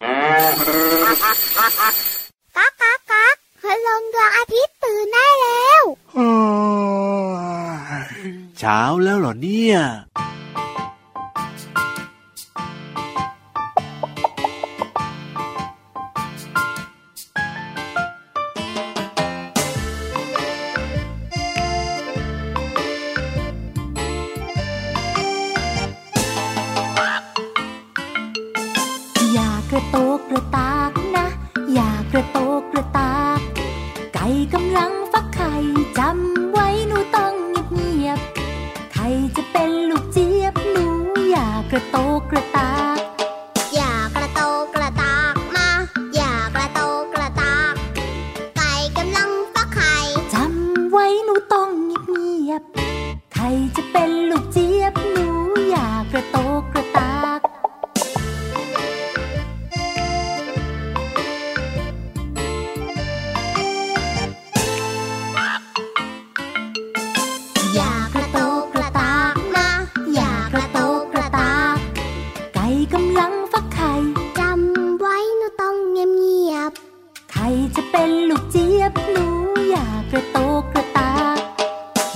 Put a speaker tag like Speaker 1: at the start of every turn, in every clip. Speaker 1: กักกักกักพลงดวงอาทิตย์ตื่นได้แล้ว
Speaker 2: เช้าแล้วเหรอเนี่ย
Speaker 3: อย่ากระโตกกระตากนะ อย่ากระโตกกระตาก ไก่กำลังฟักไข่จำไว้หนูต้องเงียบเงียบๆไข่จะเป็นลูกเจี๊ยบหนูอย่ากระโตกกระตาก
Speaker 1: อย่ากระโตกกระตากมา อย่ากระโตกกระตาก ไก่กำลังฟักไข่
Speaker 3: จำไว้หนูต้องเงียบเงียบๆใครจะเป็นลูกเจี๊ยบหนูอย่ากระโตกกระตาก อย่ากระโตกกระตาก
Speaker 1: มา
Speaker 3: อย่ากระโตกกระตาก ไก่กำลังฟักไข่
Speaker 1: จำไว้หนูต้องเงียบเงียบ
Speaker 3: ใครจะเป็นลูกเจี๊ยบหนูอยากกระโตกกระตาก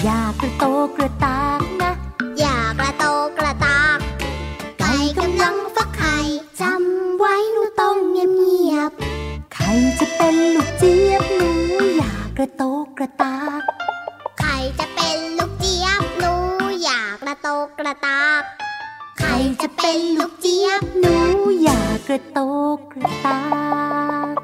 Speaker 3: อยากกระโตกกระตากนะ
Speaker 1: ๆอย่ากระโตกกระตาก ไก่กำลังฟักไข่จำไว้หนูต้องเงียบเงียบ
Speaker 3: ใครจะเป็นลูกเจี๊ยบหนูอยากกระโตกกระตาก
Speaker 1: ๆไข่จะเป็นลูกเจี๊ยบหนูอย่ากระโตกกระตากไข่จะเป็นลูกเจี๊ยบ
Speaker 3: หนูอยากกระโตกกระตาก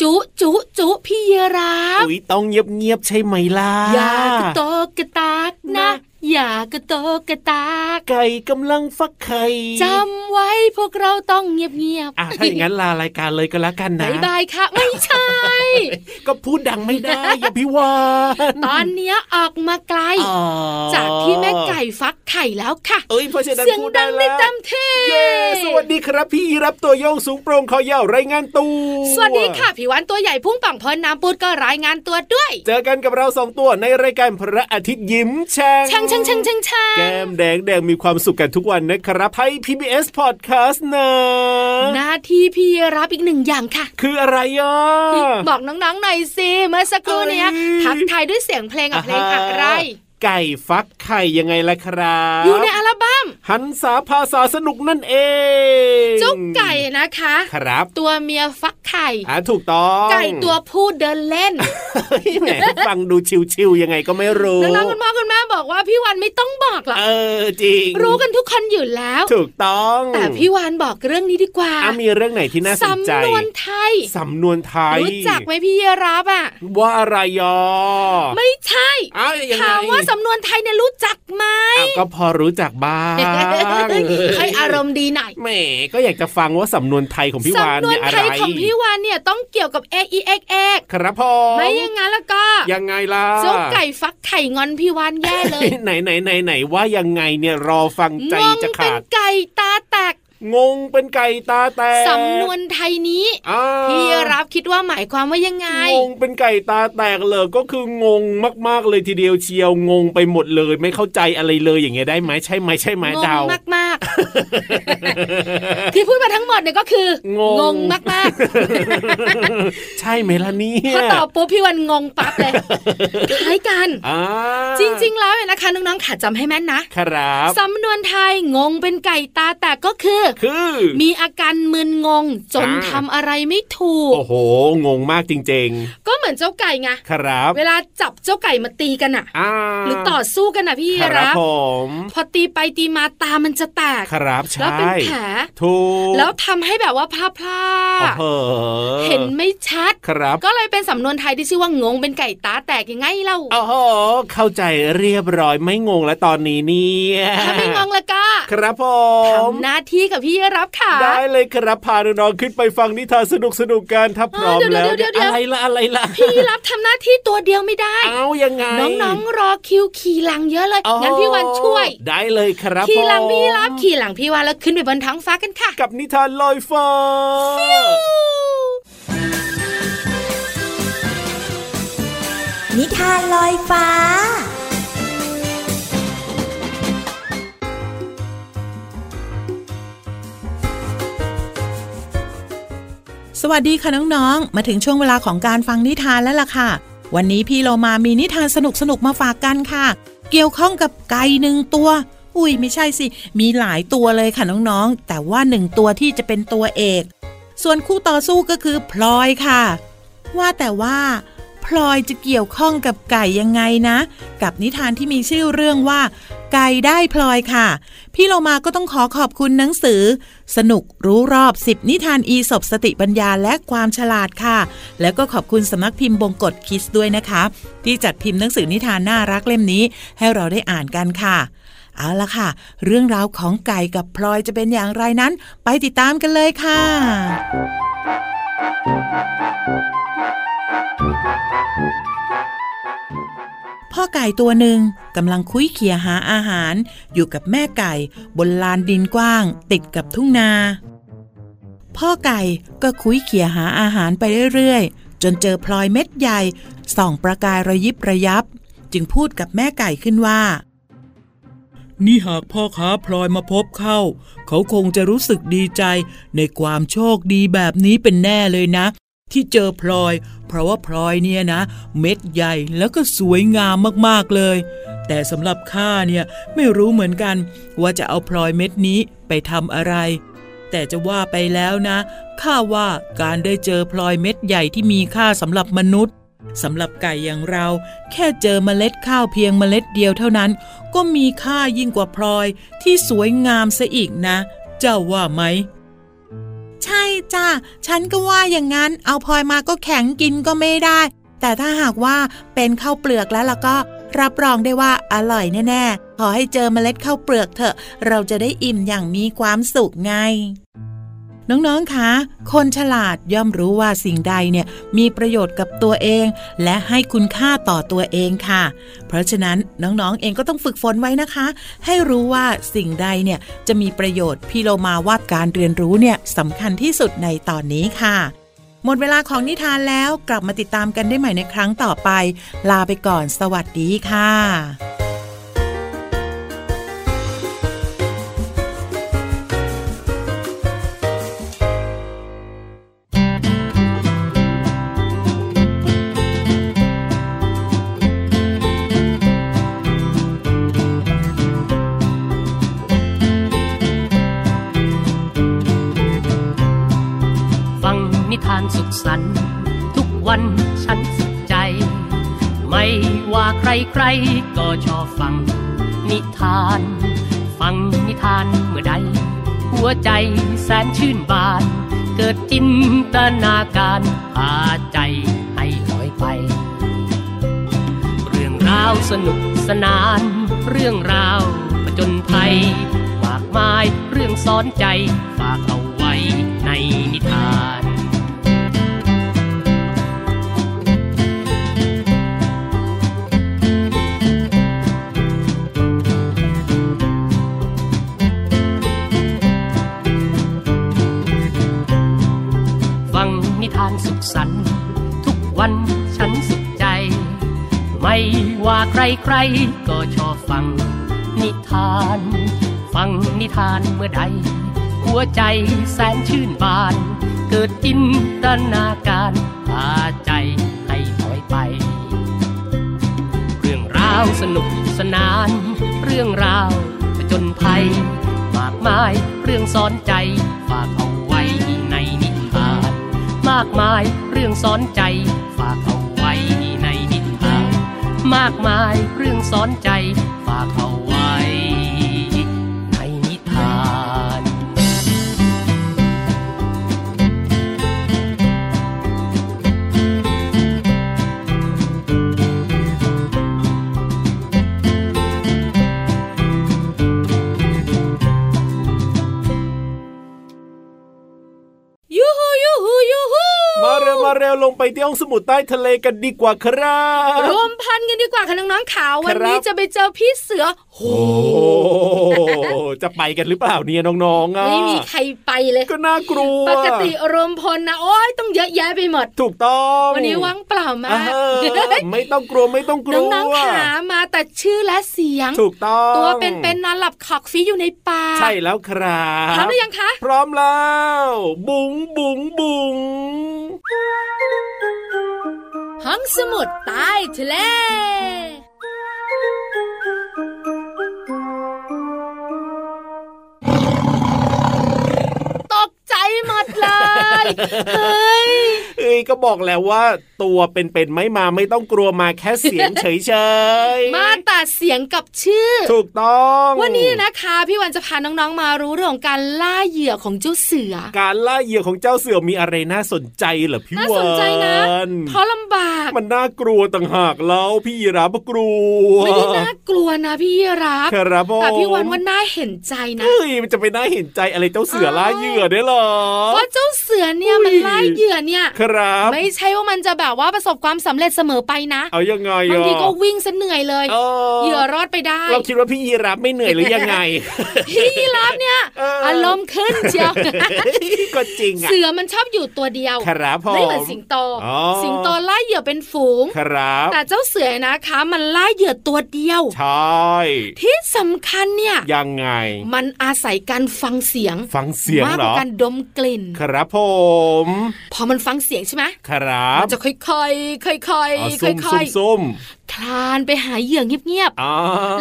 Speaker 4: จุจุจุพี่เยราฟ
Speaker 2: อุ้ยต้องเงียบเงียบๆใช่ไหมล่ะ
Speaker 4: อย่ากระโตกกระตากนะอย่ากระโตกกระตาก
Speaker 2: ไก่กำลังฟักไข่
Speaker 4: จำไว้พวกเราต้องเงียบเงียบ
Speaker 2: อ่ะถ้าอย่างนั้นลารายการเลยก็แล้วกันนะ
Speaker 4: บายบายค่ะ ไม่ใช่
Speaker 2: ก็พูดดังไม่ได้ อย่าพิวาน
Speaker 4: ตอนเนี้ยออกมาไกล
Speaker 2: อ๋อ
Speaker 4: จากที่แม่ไก่ฟักไข่แล้วค่ะ
Speaker 2: เอ้ยเพราะฉะนั้น
Speaker 4: เสียง
Speaker 2: พูด
Speaker 4: ดั
Speaker 2: ได้
Speaker 4: งได้
Speaker 2: แล้ว
Speaker 4: เต็มที่
Speaker 2: เย้สวัสดีครับพี่รับตัวโยงสูงโปร่งคอยาวรายงานตัว
Speaker 4: สวัสดีค่ะผิววันตัวใหญ่พุ่งป่องพอน้ำปูดก็รายงานตัวด้วย
Speaker 2: เจอกันกับเราสองตัวในรายการพระอาทิตย์ยิ้มแฉ่ง
Speaker 4: ช่างช่างช่างช่างช่าง
Speaker 2: แก้มแดงแดงมีความสุขกันทุกวันนะครับให้ PBS Podcast นะ
Speaker 4: หน้าที่พี่รับอีกหนึ่งอย่างค่ะ
Speaker 2: คืออะไรอ่ะ
Speaker 4: บอกน้องๆหน่อยสิเมื่อสักครู่เนี้ย
Speaker 2: เอ้ย
Speaker 4: ทักทายด้วยเสียงเพลงกับเพลงอะไร
Speaker 2: ไก่ฟักไข่ยังไงล่ะครับ
Speaker 4: อยู่ในอัลบั้ม
Speaker 2: หันสาภาษาสนุกนั่นเอง
Speaker 4: เจุกไก่นะคะ
Speaker 2: ครับ
Speaker 4: ตัวเมียฟักไข่
Speaker 2: อ่าถูกต้อง
Speaker 4: ไก่ตัวผู้เดินเล่น
Speaker 2: เฮ้ยแหมฟังดูชิวๆยังไงก็ไม่รู้
Speaker 4: น้องๆคุณพ่อคุณแม่บอกว่าพี่วันไม่ต้องบอกหรอก
Speaker 2: เออจริง
Speaker 4: รู้กันทุกคนอยู่แล้ว
Speaker 2: ถูกต้อง
Speaker 4: แต่พี่วานบอกเรื่องนี้ดีกว่า
Speaker 2: อ่ะมีเรื่องไหนที่น่าสนใจ
Speaker 4: สำนวนไทย
Speaker 2: สำนวนไทย
Speaker 4: รู้จักไหมพี่รับอ่ะ
Speaker 2: ว่าอะไรยอ
Speaker 4: ไม่ใช่
Speaker 2: อ้าวยังไง
Speaker 4: ถามว่าสำนวนไทยเนี่ยรู้จักไหม
Speaker 2: อ้าวก็พอรู้จักบ้าง
Speaker 4: เคยอารมณ์ดีหน่อย
Speaker 2: แหมก็อยากจะฟังว่าสำนวนไทยของพี่วาน
Speaker 4: สำนว
Speaker 2: เนี่
Speaker 4: น
Speaker 2: ยอะ
Speaker 4: ไท
Speaker 2: ไร
Speaker 4: ยของพี่วานเนี่ยต้องเกี่ยวกับ a e x x
Speaker 2: ครับพ่อ
Speaker 4: ไม่อย่างนั้นแล้วก็
Speaker 2: ยังไงล่ะ
Speaker 4: เจ้าไก่ฟักไข่งอนพี่วานแย่เลย
Speaker 2: ไหนไหนไหนไหนว่ายังไงเนี่ยรอฟังใจ
Speaker 4: งง
Speaker 2: จะ
Speaker 4: เป็น
Speaker 2: ขาด
Speaker 4: ไก่ตาแตก
Speaker 2: งงเป็นไก่ตาแตก
Speaker 4: สำนวนไทยนี้
Speaker 2: อ้าว
Speaker 4: พี่รับคิดว่าหมายความว่ายังไง
Speaker 2: งงเป็นไก่ตาแตกเลยก็คืองงมากๆเลยทีเดียวเชียวงงไปหมดเลย ไม่เข้าใจอะไรเลยอย่างเงี้ยได้ไหมใช่ไหมใช่ไหม
Speaker 4: ง
Speaker 2: เดาง
Speaker 4: งมาก ๆ ที่พูดมาทั้งหมดเนี่ยก็คือง
Speaker 2: ง
Speaker 4: งมาก
Speaker 2: ใช่ไหมล่ะเนี่
Speaker 4: ๆ
Speaker 2: ย
Speaker 4: พอตอบปุ๊บพี่วันงงปั๊บ เลยคล้ายกัน
Speaker 2: อ่า
Speaker 4: จริง ๆ แล้วเนี่ยนะคะน้องๆขาจำให้แม่นนะครับ สำนวนไทยงงเป็นไก่ตาแตกก็คือ
Speaker 2: คือ
Speaker 4: มีอาการมึนงงจน
Speaker 2: อ่า
Speaker 4: ทำอะไรไม่ถูก
Speaker 2: โอ้โห งงมากจริง
Speaker 4: ก็เหมือนเจ้าไก่ไง
Speaker 2: ๆ ครับ
Speaker 4: เวลาจับเจ้าไก่มาตีกันอะ
Speaker 2: อ่า
Speaker 4: หรือต่อสู้กันอะพี่
Speaker 2: ครับ
Speaker 4: รับ
Speaker 2: ผม
Speaker 4: พอตีไปตีมาตามันจะแตก
Speaker 2: ครับ
Speaker 4: แล้
Speaker 2: ใช่
Speaker 4: วเป็นแผล
Speaker 2: ถูก
Speaker 4: แล้วทำให้แบบว่าพลาพลา
Speaker 2: โอ้โห
Speaker 4: เห็นไม่ชัด
Speaker 2: ครับ
Speaker 4: ก็เลยเป็นสำนวนไทยที่ชื่อว่างงเป็นไก่ตาแตกยังไงเล่า
Speaker 2: โอ้โหเข้าใจเรียบร้อยไม่งงแล้วตอนนี้เนี่ย
Speaker 4: ถ้าไม่งงแล้วก็
Speaker 2: ครับผม
Speaker 4: ทำหน้าที่กับพี่รับค่ะ
Speaker 2: ได้เลยครับพาน้องๆขึ้นไปฟังนิทานสนุกสนุกๆกันถ้าพร้อม
Speaker 4: เออเดี๋
Speaker 2: แล้
Speaker 4: ยว ว
Speaker 2: เนี่
Speaker 4: เดี๋ยวเดี๋ยว
Speaker 2: อะไรละอะไรละ
Speaker 4: พี่รับทำหน้าที่ตัวเดียวไม่ได้
Speaker 2: เอายังไง
Speaker 4: น้องๆรอคิวขี่หลังเยอะเลย
Speaker 2: อ๋อ
Speaker 4: งั้นพี่วันช่วย
Speaker 2: ได้เลยครับ
Speaker 4: ขี่หลัง
Speaker 2: ผม
Speaker 4: พี่รับขี่หลังพี่วันแล้วขึ้นไปบนท้องฟ้ากันค่ะ
Speaker 2: กับนิทานลอยฟ้า
Speaker 5: นิทานลอยฟ้า สวัสดีค่ะน้องๆ มาถึงช่วงเวลาของการฟังนิทานแล้วล่ะค่ะ วันนี้พี่โลมามีนิทานสนุกๆ มาฝากกันค่ะ เกี่ยวข้องกับไก่หนึ่งตัว อุ้ยไม่ใช่สิ มีหลายตัวเลยค่ะน้องๆ แต่ว่าหนึ่งตัวที่จะเป็นตัวเอก ส่วนคู่ต่อสู้ก็คือพลอยค่ะ ว่าแต่ว่า พลอยจะเกี่ยวข้องกับไก่ยังไงนะ กับนิทานที่มีชื่อเรื่องว่า ไก่ได้พลอยค่ะ พี่เรามาก็ต้องขอขอบคุณหนังสือ สนุกรู้รอบสิบนิทานอีสบสติปัญญาและความฉลาดค่ะ แล้วก็ขอบคุณสำนักพิมพ์บงกฎคิสด้วยนะคะ ที่จัดพิมพ์หนังสือนิทานน่ารักเล่มนี้ ให้เราได้อ่านกันค่ะ เอาละค่ะ เรื่องราวของไก่กับพลอยจะเป็นอย่างไรนั้น ไปติดตามกันเลยค่ะ พ่อไก่ตัวหนึ่งกำลังคุ้ยเขี่ยหาอาหาร อยู่กับแม่ไก่บนลานดินกว้าง ติดกับทุ่งนา พ่อไก่ก็คุ้ยเขี่ยหาอาหารไปเรื่อยๆ จนเจอพลอยเม็ดใหญ่ส่องประกายระยิบระยับ จึงพูดกับแม่ไก่ขึ้นว่า นี่หากพ่อค้าพลอยมาพบเข้า เขาคงจะรู้สึกดีใจในความโชคดีแบบนี้เป็นแน่เลยนะ ที่เจอพลอย เพราะว่าพลอยเนี่ยนะ เม็ดใหญ่แล้วก็สวยงามมากๆเลย แต่สำหรับข้าเนี่ยไม่รู้เหมือนกัน ว่าจะเอาพลอยเม็ดนี้ไปทำอะไร แต่จะว่าไปแล้วนะข้าว่าการได้เจอพลอยเม็ดใหญ่ที่มีค่าสำหรับมนุษย์สำหรับไก่อย่างเรา แค่เจอเมล็ดข้าวเพียงเมล็ดเดียวเท่านั้น ก็มีค่ายิ่งกว่าพลอยที่สวยงามซะอีกนะ เจ้าว่าไหม ใช่จ้าฉันก็ว่าอย่างนั้น เอาพลอยมาก็แข็งกินก็ไม่ได้ แต่ถ้าหากว่าเป็นข้าวเปลือกแล้วล่ะก็ รับรองได้ว่าอร่อยแน่ๆ ขอให้เจอเมล็ดข้าวเปลือกเถอะ เราจะได้อิ่มอย่างมีความสุขไง น้องๆ คะ คนฉลาดย่อมรู้ว่าสิ่งใดเนี่ยมีประโยชน์กับตัวเอง และให้คุณค่าต่อตัวเองค่ะ เพราะฉะนั้นน้องๆ เองก็ต้องฝึกฝนไว้นะคะ ให้รู้ว่าสิ่งใดเนี่ยจะมีประโยชน์พี่โลมาว่าการเรียนรู้เนี่ยสำคัญที่สุดในตอนนี้ค่ะ หมดเวลาของนิทานแล้วกลับมาติดตามกันได้ใหม่ในครั้งต่อไป ลาไปก่อนสวัสดีค่ะ
Speaker 6: ฟังนิทานสุขสันต์ทุกวันฉันสุขใจ ไม่ว่าใครใครๆก็ชอบฟังนิทาน ฟังนิทานเมื่อใด หัวใจแสนชื่นบาน เกิดจินตนาการพาใจให้ลอยไป เรื่องราวสนุกสนาน เรื่องราวประจนภัยมากมายเรื่องซ้อนใจฝากเอาไว้ในนิทาน ฟังนิทานสุขสันต์ทุกวันฉันสุขใจ ไม่ว่าใครใครๆก็ชอบฟังนิทาน ฟังนิทานเมื่อใด หัวใจแสนชื่นบาน เกิดจินตนาการพาใจให้ถอยไป เรื่องราวสนุกสนาน เรื่องราวผจญภัย มากมายเรื่องสอนใจฝากเอาไว้ในนิทาน มากมายเรื่องสอนใจฝากเอาไว้ในนิทาน มากมายเรื่องสอนใจฝากเอาไว้ในนิทาน
Speaker 4: ยูฮูยูฮูยูฮู
Speaker 2: มาเร็วมาเร็วลง งไปที่ห้องสมุดใต้ทะเลกันดีกว่าครับ
Speaker 4: รวมพันกันดีกว่าค่ะน้องๆขาววัน
Speaker 2: ครับ
Speaker 4: นี้จะไปเจอพี่เสือโห
Speaker 2: โอ้จะไปกันหรือเปล่าเนี่ยน้องๆอ่ะ
Speaker 4: ไม่มีใครไปเลย
Speaker 2: ก็น่ากลัว
Speaker 4: ปกติรวมพลนะโอ้ยต้องเยอะแยะไปหมด
Speaker 2: ถูกต้อง
Speaker 4: วันนี้ว่างเปล่ามา
Speaker 2: อ่ากไม่ต้องกลัวไม่ต้องกลัว
Speaker 4: น้องๆขามาแต่ชื่อและเสียง
Speaker 2: ถูกต้อง
Speaker 4: ตัวเป็นๆนอนหลับขอกฟีอยู่ในป่า
Speaker 2: ใช่แล้วครับ
Speaker 4: พร้อมหรือยังคะ
Speaker 2: พร้อมแล้ว บุ๋งบุ๋งบุ๋ง
Speaker 4: ห้องสมุดใต้ทะเล ตกใจหมดเลย เฮ้ย
Speaker 2: เอ้ยก็บอกแล้วว่า ตัวเป็นๆไม่มาไม่ต้องกลัวมาแค่เสียง เฉยๆ
Speaker 4: มาแต่เสียงกับชื่อ
Speaker 2: ถูกต้อง
Speaker 4: วันนี้นะคะ พี่วันจะพาน้องๆมารู้เรื่องของการล่าเหยื่อของเจ้าเสือ
Speaker 2: การล่าเหยื่อของเจ้าเสือมีอะไรน่าสนใจเหรอพี่
Speaker 4: น่า
Speaker 2: วั
Speaker 4: สนใจนะ
Speaker 2: น
Speaker 4: เพราะลำบาก
Speaker 2: มันน่ากลัวต่างหากแล้วพี่ยีรับกลัว
Speaker 4: ไม่ได้น่ากลัวนะพี่รับ
Speaker 2: ครับผม
Speaker 4: แต่พี่วันว่าน่าเห็นใจนะ
Speaker 2: เฮ้ยมันจะไปน่าเห็นใจอะไรเจ้าเสือล่าเหยื่อได้เหรอ
Speaker 4: ว่าเจ้าเสือเนี่ย
Speaker 2: อุ้ย
Speaker 4: มันล่าเหยื่อเนี่ย
Speaker 2: ครับ
Speaker 4: ไม่ใช่ว่ามันจะแบบว่าประสบความสำเร็จเสมอไปนะ
Speaker 2: เอายังไง
Speaker 4: บาง
Speaker 2: อ่ะ
Speaker 4: ทีก็วิ่งซะเหนื่อยเลย
Speaker 2: เออ
Speaker 4: เหยื่อรอดไปได้
Speaker 2: เราคิดว่าพี่ยีรับไม่เหนื่อยหรือยัง ไง
Speaker 4: พี่ยีรับเนี่ย
Speaker 2: เอออ
Speaker 4: อารมณ์ขึ้นเชี ยว
Speaker 2: ก็จริงอ่ะ
Speaker 4: เสือมันชอบอยู่ตัวเดียว
Speaker 2: ครับผม
Speaker 4: ไม่เหมือนสิงโต
Speaker 2: อ๋อ
Speaker 4: สิงโตล่าเหยื่อเป็นฝูง
Speaker 2: ครับ
Speaker 4: แต่เจ้าเสือนะคะ มันล่าเหยื่อตัวเดียว
Speaker 2: ใช่
Speaker 4: ที่สำคัญเนี่ย
Speaker 2: ยังไง
Speaker 4: มันอาศัยการฟังเสียง
Speaker 2: ฟังเสียง
Speaker 4: มาก
Speaker 2: เหร
Speaker 4: กว่า
Speaker 2: อ
Speaker 4: การดมกลิ่น
Speaker 2: ครับผม
Speaker 4: พอมันฟังเสียงใช่ไหม
Speaker 2: ครับ
Speaker 4: มันจะค่อยๆค่อย
Speaker 2: อ๋อ
Speaker 4: ๆ
Speaker 2: ซุ่ม
Speaker 4: ค่
Speaker 2: ซุ่
Speaker 4: อย
Speaker 2: มซุ่ม
Speaker 4: ๆคลานไปหาเหยื่อเงียบ
Speaker 2: อ่า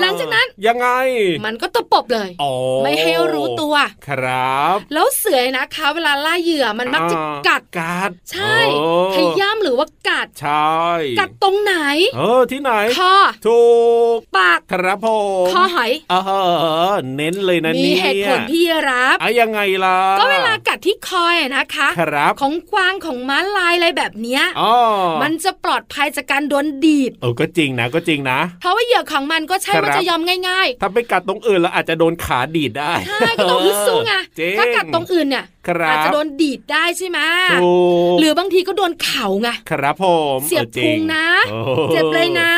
Speaker 4: หลังจากนั้น
Speaker 2: ยังไง
Speaker 4: ๆมันก็ตะปบเลย
Speaker 2: อ๋อ
Speaker 4: ไม่ให้รู้ตัว
Speaker 2: ครับ
Speaker 4: แล้วเสือนะคะ เวลาล่าเหยื่อมันมักจะ
Speaker 2: อ่า
Speaker 4: กัด
Speaker 2: กัด
Speaker 4: ใช่
Speaker 2: โอ้
Speaker 4: ขย้ำหรือว่ากัด
Speaker 2: ใช่
Speaker 4: กัดตรงไหน
Speaker 2: เออที่ไหน
Speaker 4: คอ
Speaker 2: ถูก
Speaker 4: ปาก
Speaker 2: ครับผม
Speaker 4: คอหอย
Speaker 2: เออเน้นเลยนะ
Speaker 4: มี
Speaker 2: เนี่ย
Speaker 4: เหตุผลพี่รับ
Speaker 2: อ่ะยังไงล่ะ
Speaker 4: ก็เวลากัดที่คอยอะนะคะ
Speaker 2: ครับ
Speaker 4: ของกวางของม้าลายอะไรแบบเนี้ย
Speaker 2: อ๋อ
Speaker 4: มันจะปลอดภัยจากการโดนดีด
Speaker 2: เออก็จริงนะก็จริงนะ
Speaker 4: เพราะว่าเหยื่อของมันก็ใช่
Speaker 2: ครับ
Speaker 4: ว่าจะยอมง่าย
Speaker 2: ถ้าไปกัดตรงอื่นแล้วอาจจะโดนขาดีดได้
Speaker 4: ๆใช่ก็ต้องฮึดสู้ไง
Speaker 2: จริ
Speaker 4: ถ้ากัดตรงอื่นเนี่ย
Speaker 2: ครับ
Speaker 4: อาจจะโดนดีดได้ใช่ไหม
Speaker 2: ถูก
Speaker 4: หรือบางทีก็โดนเข่าไง
Speaker 2: ครับผม
Speaker 4: เสียบ
Speaker 2: ออจริ
Speaker 4: พุงนะ
Speaker 2: โอ้
Speaker 4: เจ็บเลยนะ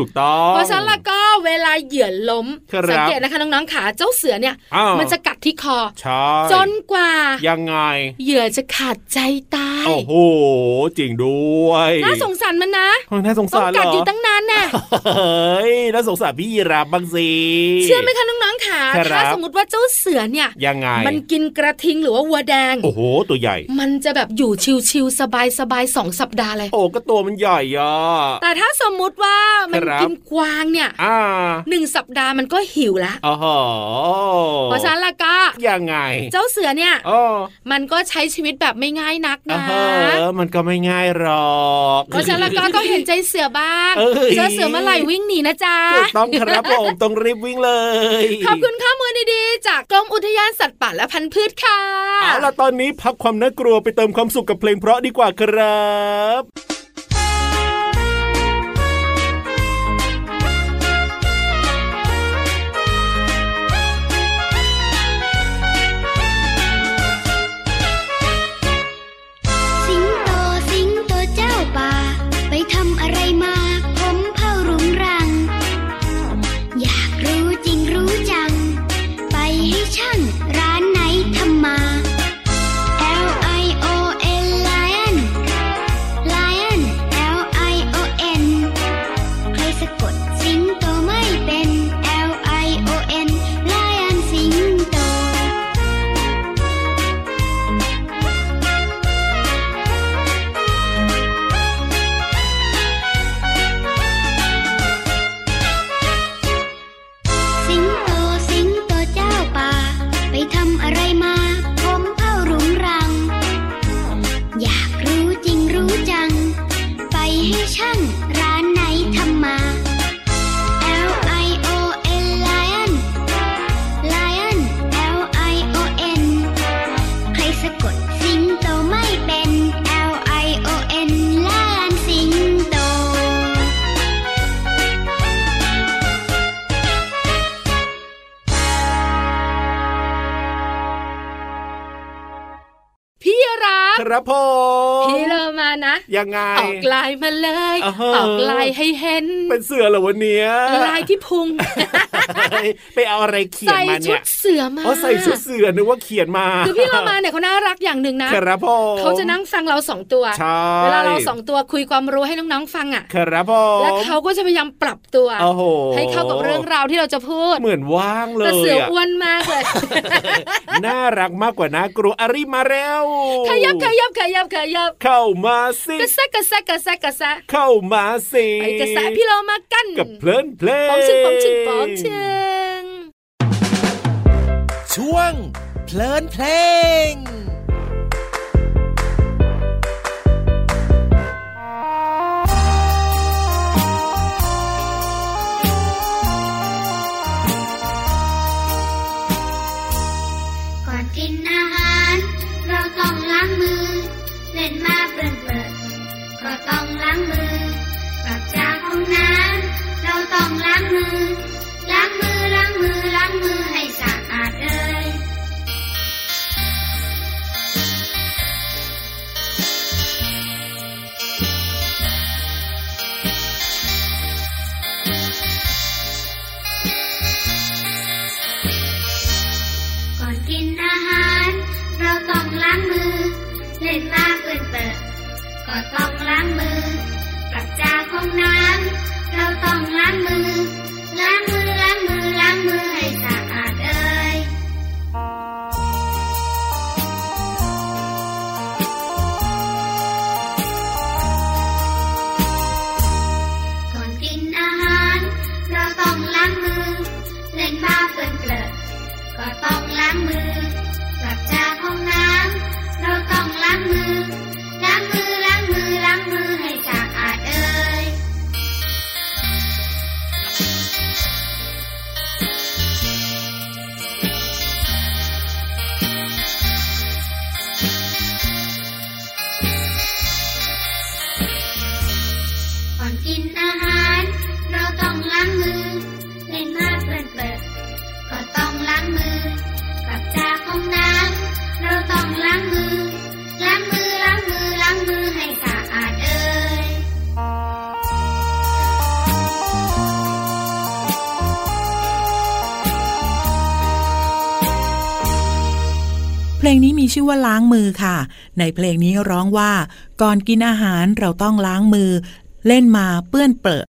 Speaker 2: ถูกต้อง
Speaker 4: เพราะฉะนั้นแล้วก็เวลาเหยื่อล้ม
Speaker 2: ครับ
Speaker 4: สัเกตนะคะน้องๆขาเจ้าเสือเนี่ย
Speaker 2: อ้าว
Speaker 4: มันจะกัดที่คอ
Speaker 2: ใช่
Speaker 4: จนกว่า
Speaker 2: ยังไง
Speaker 4: เหยื่อจะขาดใจตาย
Speaker 2: โอ้โหจริงด้วย
Speaker 4: น่าสงสารมันนะ
Speaker 2: เฮ้ยน่าสง
Speaker 4: ต้อ
Speaker 2: สาง รเหร
Speaker 4: กัด
Speaker 2: อ
Speaker 4: อยู่ตั้งนานน่ะ
Speaker 2: เฮ้ยน่าสงสารพี่ยีราฟบางสิ
Speaker 4: เชื่อไหมคะน้องๆขา
Speaker 2: ครับ
Speaker 4: ถ้าสมมติว่าเจ้าเสือเนี่ย
Speaker 2: ยังไง
Speaker 4: มันกินกระทิงหรือว่าวัวแดง
Speaker 2: โอ้โห ตัวใหญ่
Speaker 4: มันจะแบบอยู่ชิวๆสบายๆสองสัปดาห์เลย
Speaker 2: โอ้ก็ตัวมันใหญ่อ่ะ
Speaker 4: แต่ถ้าสมมุติว่ามัน
Speaker 2: ครับ
Speaker 4: กินกวางเนี่ย
Speaker 2: อ่า
Speaker 4: หนึ่งสัปดาห์มันก็หิวละ
Speaker 2: อ๋อโห
Speaker 4: เพราะฉะนั้นและก็
Speaker 2: ยังไง
Speaker 4: เจ้าเสือเนี่ย
Speaker 2: อ๋อ
Speaker 4: มันก็ใช้ชีวิตแบบไม่ง่ายนัก
Speaker 2: อ่า
Speaker 4: นะ
Speaker 2: ฮะมันก็ไม่ง่ายหรอก
Speaker 4: เพราะฉะนั้นแล้วก็ต้องเห็นใจเสือบ้าง
Speaker 2: เอ้ย
Speaker 4: เจอเสือเมื่อไหร่วิ่งหนีนะจ๊ะ
Speaker 2: ถูกต้องครับผมต้องรีบวิ่งเลย
Speaker 4: ขอบคุณข้อมูลดีๆ จากกรมอุทยานสัตว์ป่าและพันธุ์พืชค่ะ
Speaker 2: เอาล่ะตอนนี้พักความน่ากลัวไปเติมความสุขกับเพลงเพราะดีกว่าครับ
Speaker 1: สิงโตสิงโตเจ้าป่า ไปทำอะไรมาผมเผารุงรัง อยากรู้จริงรู้จัง ไปให้ช่างร้านไหนทำมา L I O N Lion Lion
Speaker 2: ครับผม
Speaker 4: พี่เรามานะ
Speaker 2: ยังไง
Speaker 4: ออกลายมาเลย
Speaker 2: อ่าฮะ
Speaker 4: ออกลายให้เห็น
Speaker 2: เป็นเสือเหรอวันเนี้ย
Speaker 4: ลายที่พุง
Speaker 2: ไปเอาอะไรเขียน
Speaker 4: ใส่
Speaker 2: มา
Speaker 4: ชุ
Speaker 2: เนี่
Speaker 4: ด
Speaker 2: ย
Speaker 4: เสือมา
Speaker 2: อ๋อใส่ชุดเสือนึกว่าเขียนมา
Speaker 4: คือพี่เรามาเนี่ยเขาน่ารักอย่างหนึ่งนะ
Speaker 2: ครับผม
Speaker 4: เขาจะนั่งฟังเราสองตัว
Speaker 2: ใช่
Speaker 4: เวลาเราสองตัวคุยความรู้ให้น้องๆฟังอ่ะ
Speaker 2: ครับผม
Speaker 4: แล้วเขาก็จะพยายามปรับตัว
Speaker 2: โอ้โห
Speaker 4: ให้เข้ากับเรื่องราวที่เราจะพูด
Speaker 2: เหมือนว่างเลย
Speaker 4: แต่เสือ
Speaker 2: อะ
Speaker 4: อ้วนมากเลย
Speaker 2: น่ารักมากกว่าน่ากลัวอารีบมาแล้ว
Speaker 4: ขยับขยับขยับขยับ
Speaker 2: เข้ามาสิ
Speaker 4: กระแซะกระแซะกระแซะกระแซะ
Speaker 2: เข้ามาสิ
Speaker 4: ไปกระแซะพี่เรามากัน
Speaker 2: กับเพลินเพลง
Speaker 4: ปองชึงปองชึงปองชึง
Speaker 7: ช่วงเพลินเพลง
Speaker 8: ก่อนกินอาหาร เราต้องล้างมือ เล่นมาเปื้อนเปิดก็ต้องล้างมือกลับจากห้องน้ำเราต้องล้างมือ ล้างมือล้างมือล้างมือให้สะอาดเลย ก่อนกินอาหาร เราต้องล้างมือ เล่นมากเกินเปิดก็ต้องล้างมือกลับจากห้องน้ำเราต้องล้างมือ ล้างมือล้างมือล้างมือให้สะอาดเอ่ย ก่อนกินอาหาร เราต้องล้างมือ เล่นบ้าเปื้อนเกลอะก็ต้องล้างมือกลับจากห้องน้ำเราต้องล้างมือ ล้างมือล้างมือล้างมือให้สะอาดเอ่ย ก่อนกินอาหาร เราต้องล้างมือ เล่นมากเกินเปิดก็ต้องล้างมือกลับจากห้องน้ำเราต้องล้างมือ ล้างมือล้างมือล้างมือให้สะอาดเอ่ย
Speaker 5: เพลงนี้มีชื่อว่าล้างมือค่ะ ในเพลงนี้ร้องว่า ก่อนกินอาหารเราต้องล้างมือ เล่นมาเปื้อนเปรอะ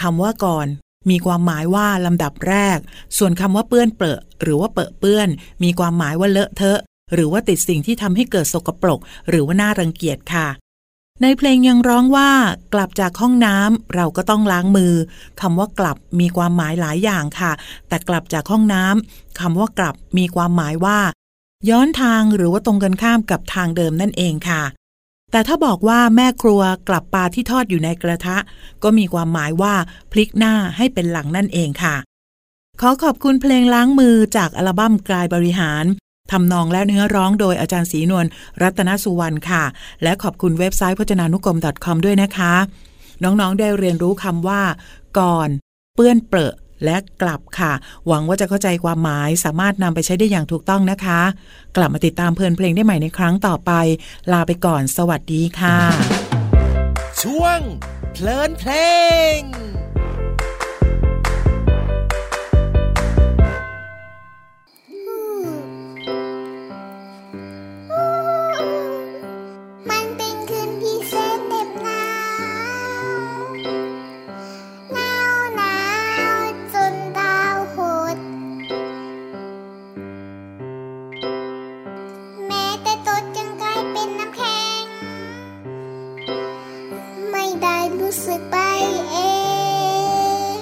Speaker 5: คำว่าก่อน มีความหมายว่าลำดับแรก ส่วนคำว่าเปื้อนเปรอะหรือว่าเปรอะเปื้อน มีความหมายว่าเลอะเทอะ หรือว่าติดสิ่งที่ทำให้เกิดสกปรก หรือว่าน่ารังเกียจค่ะ ในเพลงยังร้องว่า กลับจากห้องน้ำเราก็ต้องล้างมือคำว่ากลับมีความหมายหลายอย่างค่ะ แต่กลับจากห้องน้ำคำว่ากลับมีความหมายว่า ย้อนทางหรือว่าตรงกันข้ามกับทางเดิมนั่นเองค่ะ แต่ถ้าบอกว่าแม่ครัวกลับปลาที่ทอดอยู่ในกระทะ ก็มีความหมายว่าพลิกหน้าให้เป็นหลังนั่นเองค่ะ ขอขอบคุณเพลงล้างมือจากอัลบั้มกลายบริหารทำนองและเนื้อร้องโดยอาจารย์ศรีนวลรัตนสุวรรณค่ะ และขอบคุณเว็บไซต์พจนานุกรม .com ด้วยนะคะ น้องๆได้เรียนรู้คำว่า ก่อน เปื้อนเปรอะและกลับค่ะ หวังว่าจะเข้าใจความหมายสามารถนำไปใช้ได้อย่างถูกต้องนะคะ กลับมาติดตามเพลินเพลงได้ใหม่ในครั้งต่อไป ลาไปก่อนสวัสดีค่ะ
Speaker 7: ช่วงเพลินเพลง
Speaker 8: มันเป็นคืนพิเศษเหน็บหนาวหนาวหนาวจนดาวหด แม้แต่ตดยังกลายเป็นน้ำแข็ง ไม่ได้รู้สึกไปเอง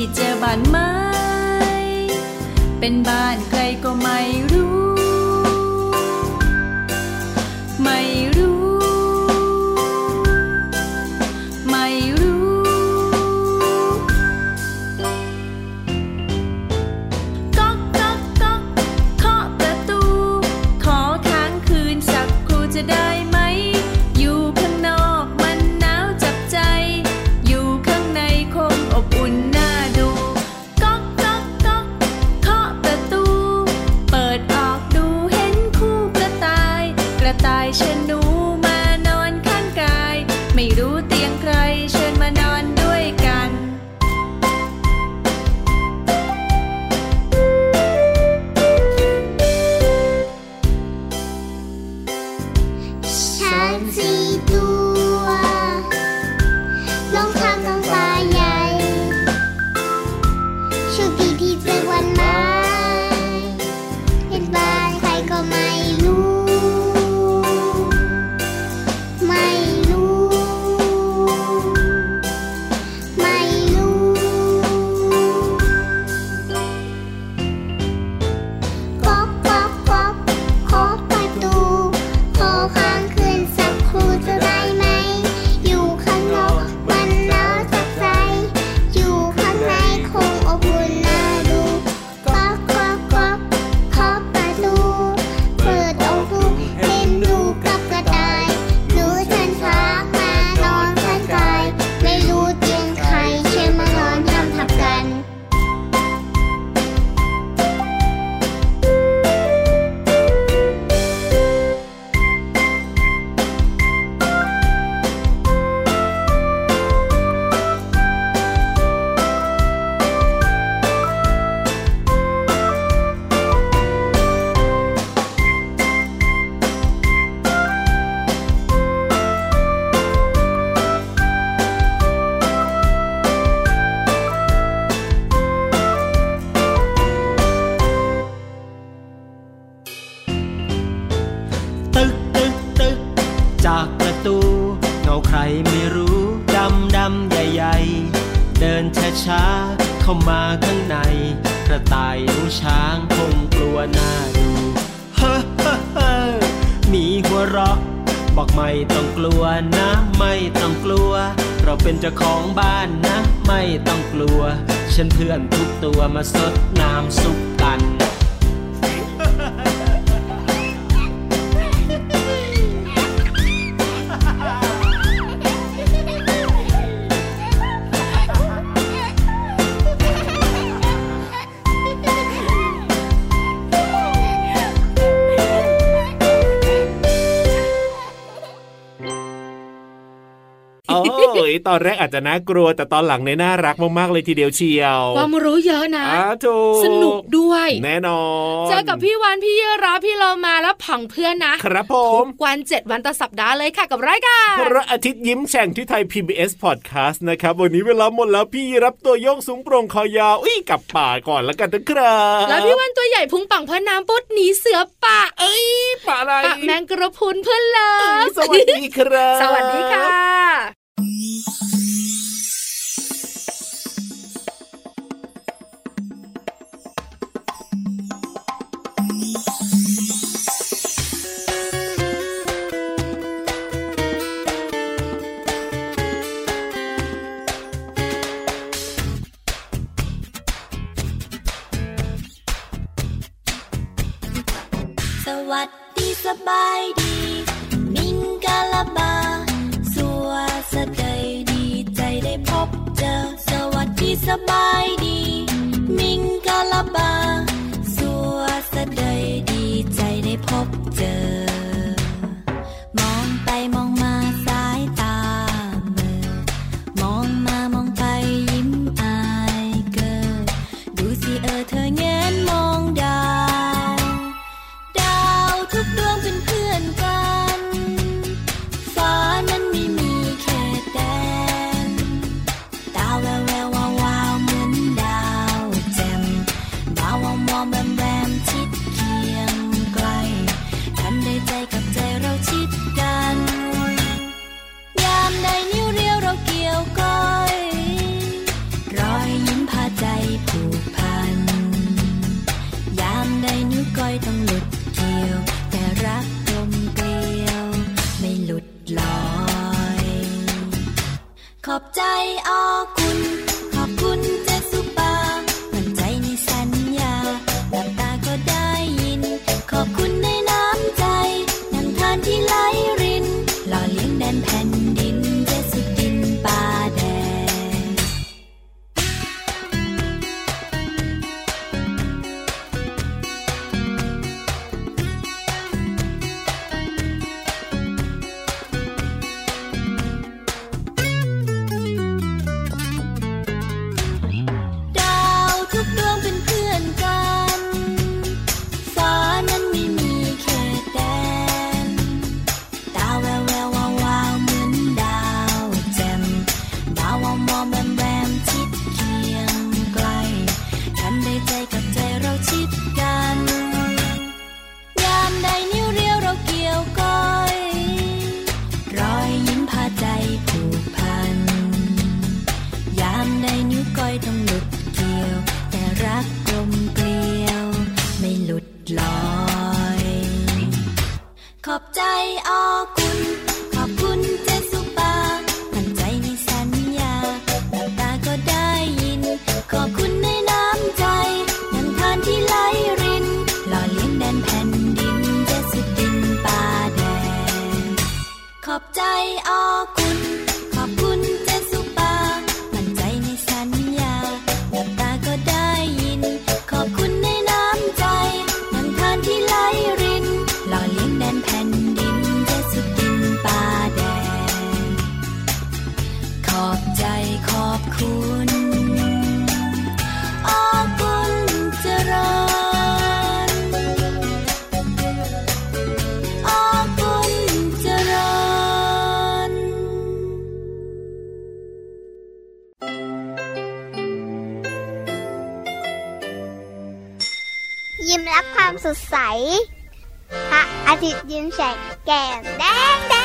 Speaker 9: ที่เจอบ้านไม้ เป็นบ้านใครก็ไม่รู้ ไม่รู้ ไม่รู้ ก๊อกก๊อกก๊อกเคาะประตู ขอค้างคืนสักครู่จะได้ไหม อยู่ข้างนอกมันหนาวจับใจ อยู่ข้างในคงอบอุ่นน่าดู ก๊อกก๊อกก๊อกเคาะประตู เปิดออกดูเห็นคู่กระต่าย กระต่ายเชิญหนูมานอนข้างกาย ไม่รู้เตียงใครเชิญมานอนด้วยกัน
Speaker 1: ช้างสี่ตัวลงทางกองฟ้าใหญ่โชคดีที่เจอวันไม้เป็นบ้านใครก็ไม่รู้ ไม่รู้ ไม่รู้ ก๊อกก๊อกก๊อกขอประตูขอค้างคืนสักครู่จะได้ไหม อยู่ข้างนอกมันหนาวจับใจ อยู่ข้างในคงอบอุ่นน่าดูก๊อกก๊อกก๊อกขอประตูเปิดออกดูเห็นดูกับกระต่ายหนูเชิญช้างมานอนข้างกายไม่รู้เตียงใครเชิญมานอนทำทับกัน
Speaker 10: ตึกตึกตึกจากประตู เงาใครไม่รู้ ดำดำใหญ่ๆ เดินช้าช้าๆเข้ามาข้างใน กระต่ายหนูช้างคงกลัวหน้าดู เฮ้อเฮ้อเฮ้อมีหัวเราะ บอกไม่ต้องกลัวนะ ไม่ต้องกลัว เราเป็นเจ้าของบ้านนะ ไม่ต้องกลัว ฉันเพื่อนทุกตัวมาสดน้ำสุกกัน
Speaker 2: โอ้ยตอนแรกอาจจะน่ากลัว แต่ตอนหลังเนี่ยน่ารักมากๆเลยทีเดียวเชียว
Speaker 4: ความรู้เยอะนะ
Speaker 2: อ่าถู
Speaker 4: สนุกด้วย
Speaker 2: แน่นอน
Speaker 4: เจอกับพี่วานพี่เยราพี่เรามาและผังเพื่อนนะครับ
Speaker 2: ผ
Speaker 4: ทุ
Speaker 2: ม
Speaker 4: กวันเจ็ดวันต่อสัปดาห์เลยค่ะกับรายการ
Speaker 2: พระอาทิตย์ยิ้มแฉ่งที่ไทย PBS Podcast นะครับ วันนี้เวลาหมดแล้วพี่รับตัวโยงสูงโปร่งคอยาวอุ้ยกลับป่าก่อนแล้วกันนะครับ
Speaker 4: แล้วพี่วานตัวใหญ่พุงปังพอน้ำปุดหนีเสือป่าเอ้ย
Speaker 2: ป่าอะไร
Speaker 4: ปะแมงกระพรุนเพื่อนเลิฟ
Speaker 2: สวัสดีครับ
Speaker 4: สวัสดีค่ะ
Speaker 9: สวัสดีสบายดี มิงกาลาบา สัวสะใจดีใจได้พบเจอ สวัสดีสบายดี มิงกาลาบา สัวสะใจดีใจได้พบเจอ มองไปมองมาสายตาเหมือ มองมามองไปยิ้มอายเกิด ดูสิเออเธอแงนมองดาว ดาวทุกดวงเป็นเพื่อนกัน ฟ้านั้นไม่มีเขตแดน ตาแววแวววาววาวเหมือนดาวแจ่มวาววอมวอมแวมแวมชิดเคียงไกล ทันได้ใจกับใจเราชิดกัน อบใจออคุณ ขอบคุณเจสุปามั่นใจในสัญญาหลับตาก็ได้ยิน ขอบคุณในน้ำใจน้ำทานที่ไหลริน หล่อเลี้ยงแดนแผ่นดินเจสุดินป่าแดง ดาวทุกดวงเป็นเพื่อนกัน ฟ้านั้นไม่มีเขตแดน ตาแววแวววาววาวเหมือนดาวแจ่มบาวาวมอมแวมแวมชิดเคียงไกลกันได้ใจกับใจเราชิดกัน ยามใดนิ้วเรียวเราเกี่ยวก้อย รอยยิ้มพาใจผูกพัน ยามใดนิ้วก้อยต้องหลุดเกี่ยว แต่รักกลมเกลียว ไม่หลุดลอย ขอบใจออคุณ ขอบคุณเจสุปามั่นใจในสัญญาหลับตาก็ได้ยิน ขอบคุณในน้ำใจน้ำทานที่ไหลริน หล่อเลี้ยงแดนแผ่นดินเจสุดินป่าแดง ขอบใจออคุณ ขอบคุณเจสุปามั่นใจในสัญญาหลับตาก็ได้ยิน ขอบคุณในน้ำใจน้ำทานที่ไหลริน หล่อเลี้ยงแดนแผ่นดินเจสุดินป่าแดง ขอบใจขอบคุณออคุณเจริญ ออคุณเจริญ
Speaker 1: ยิ้มรับความสดใส พระอาทิตย์ยิ้มแฉกแก้มแดงแด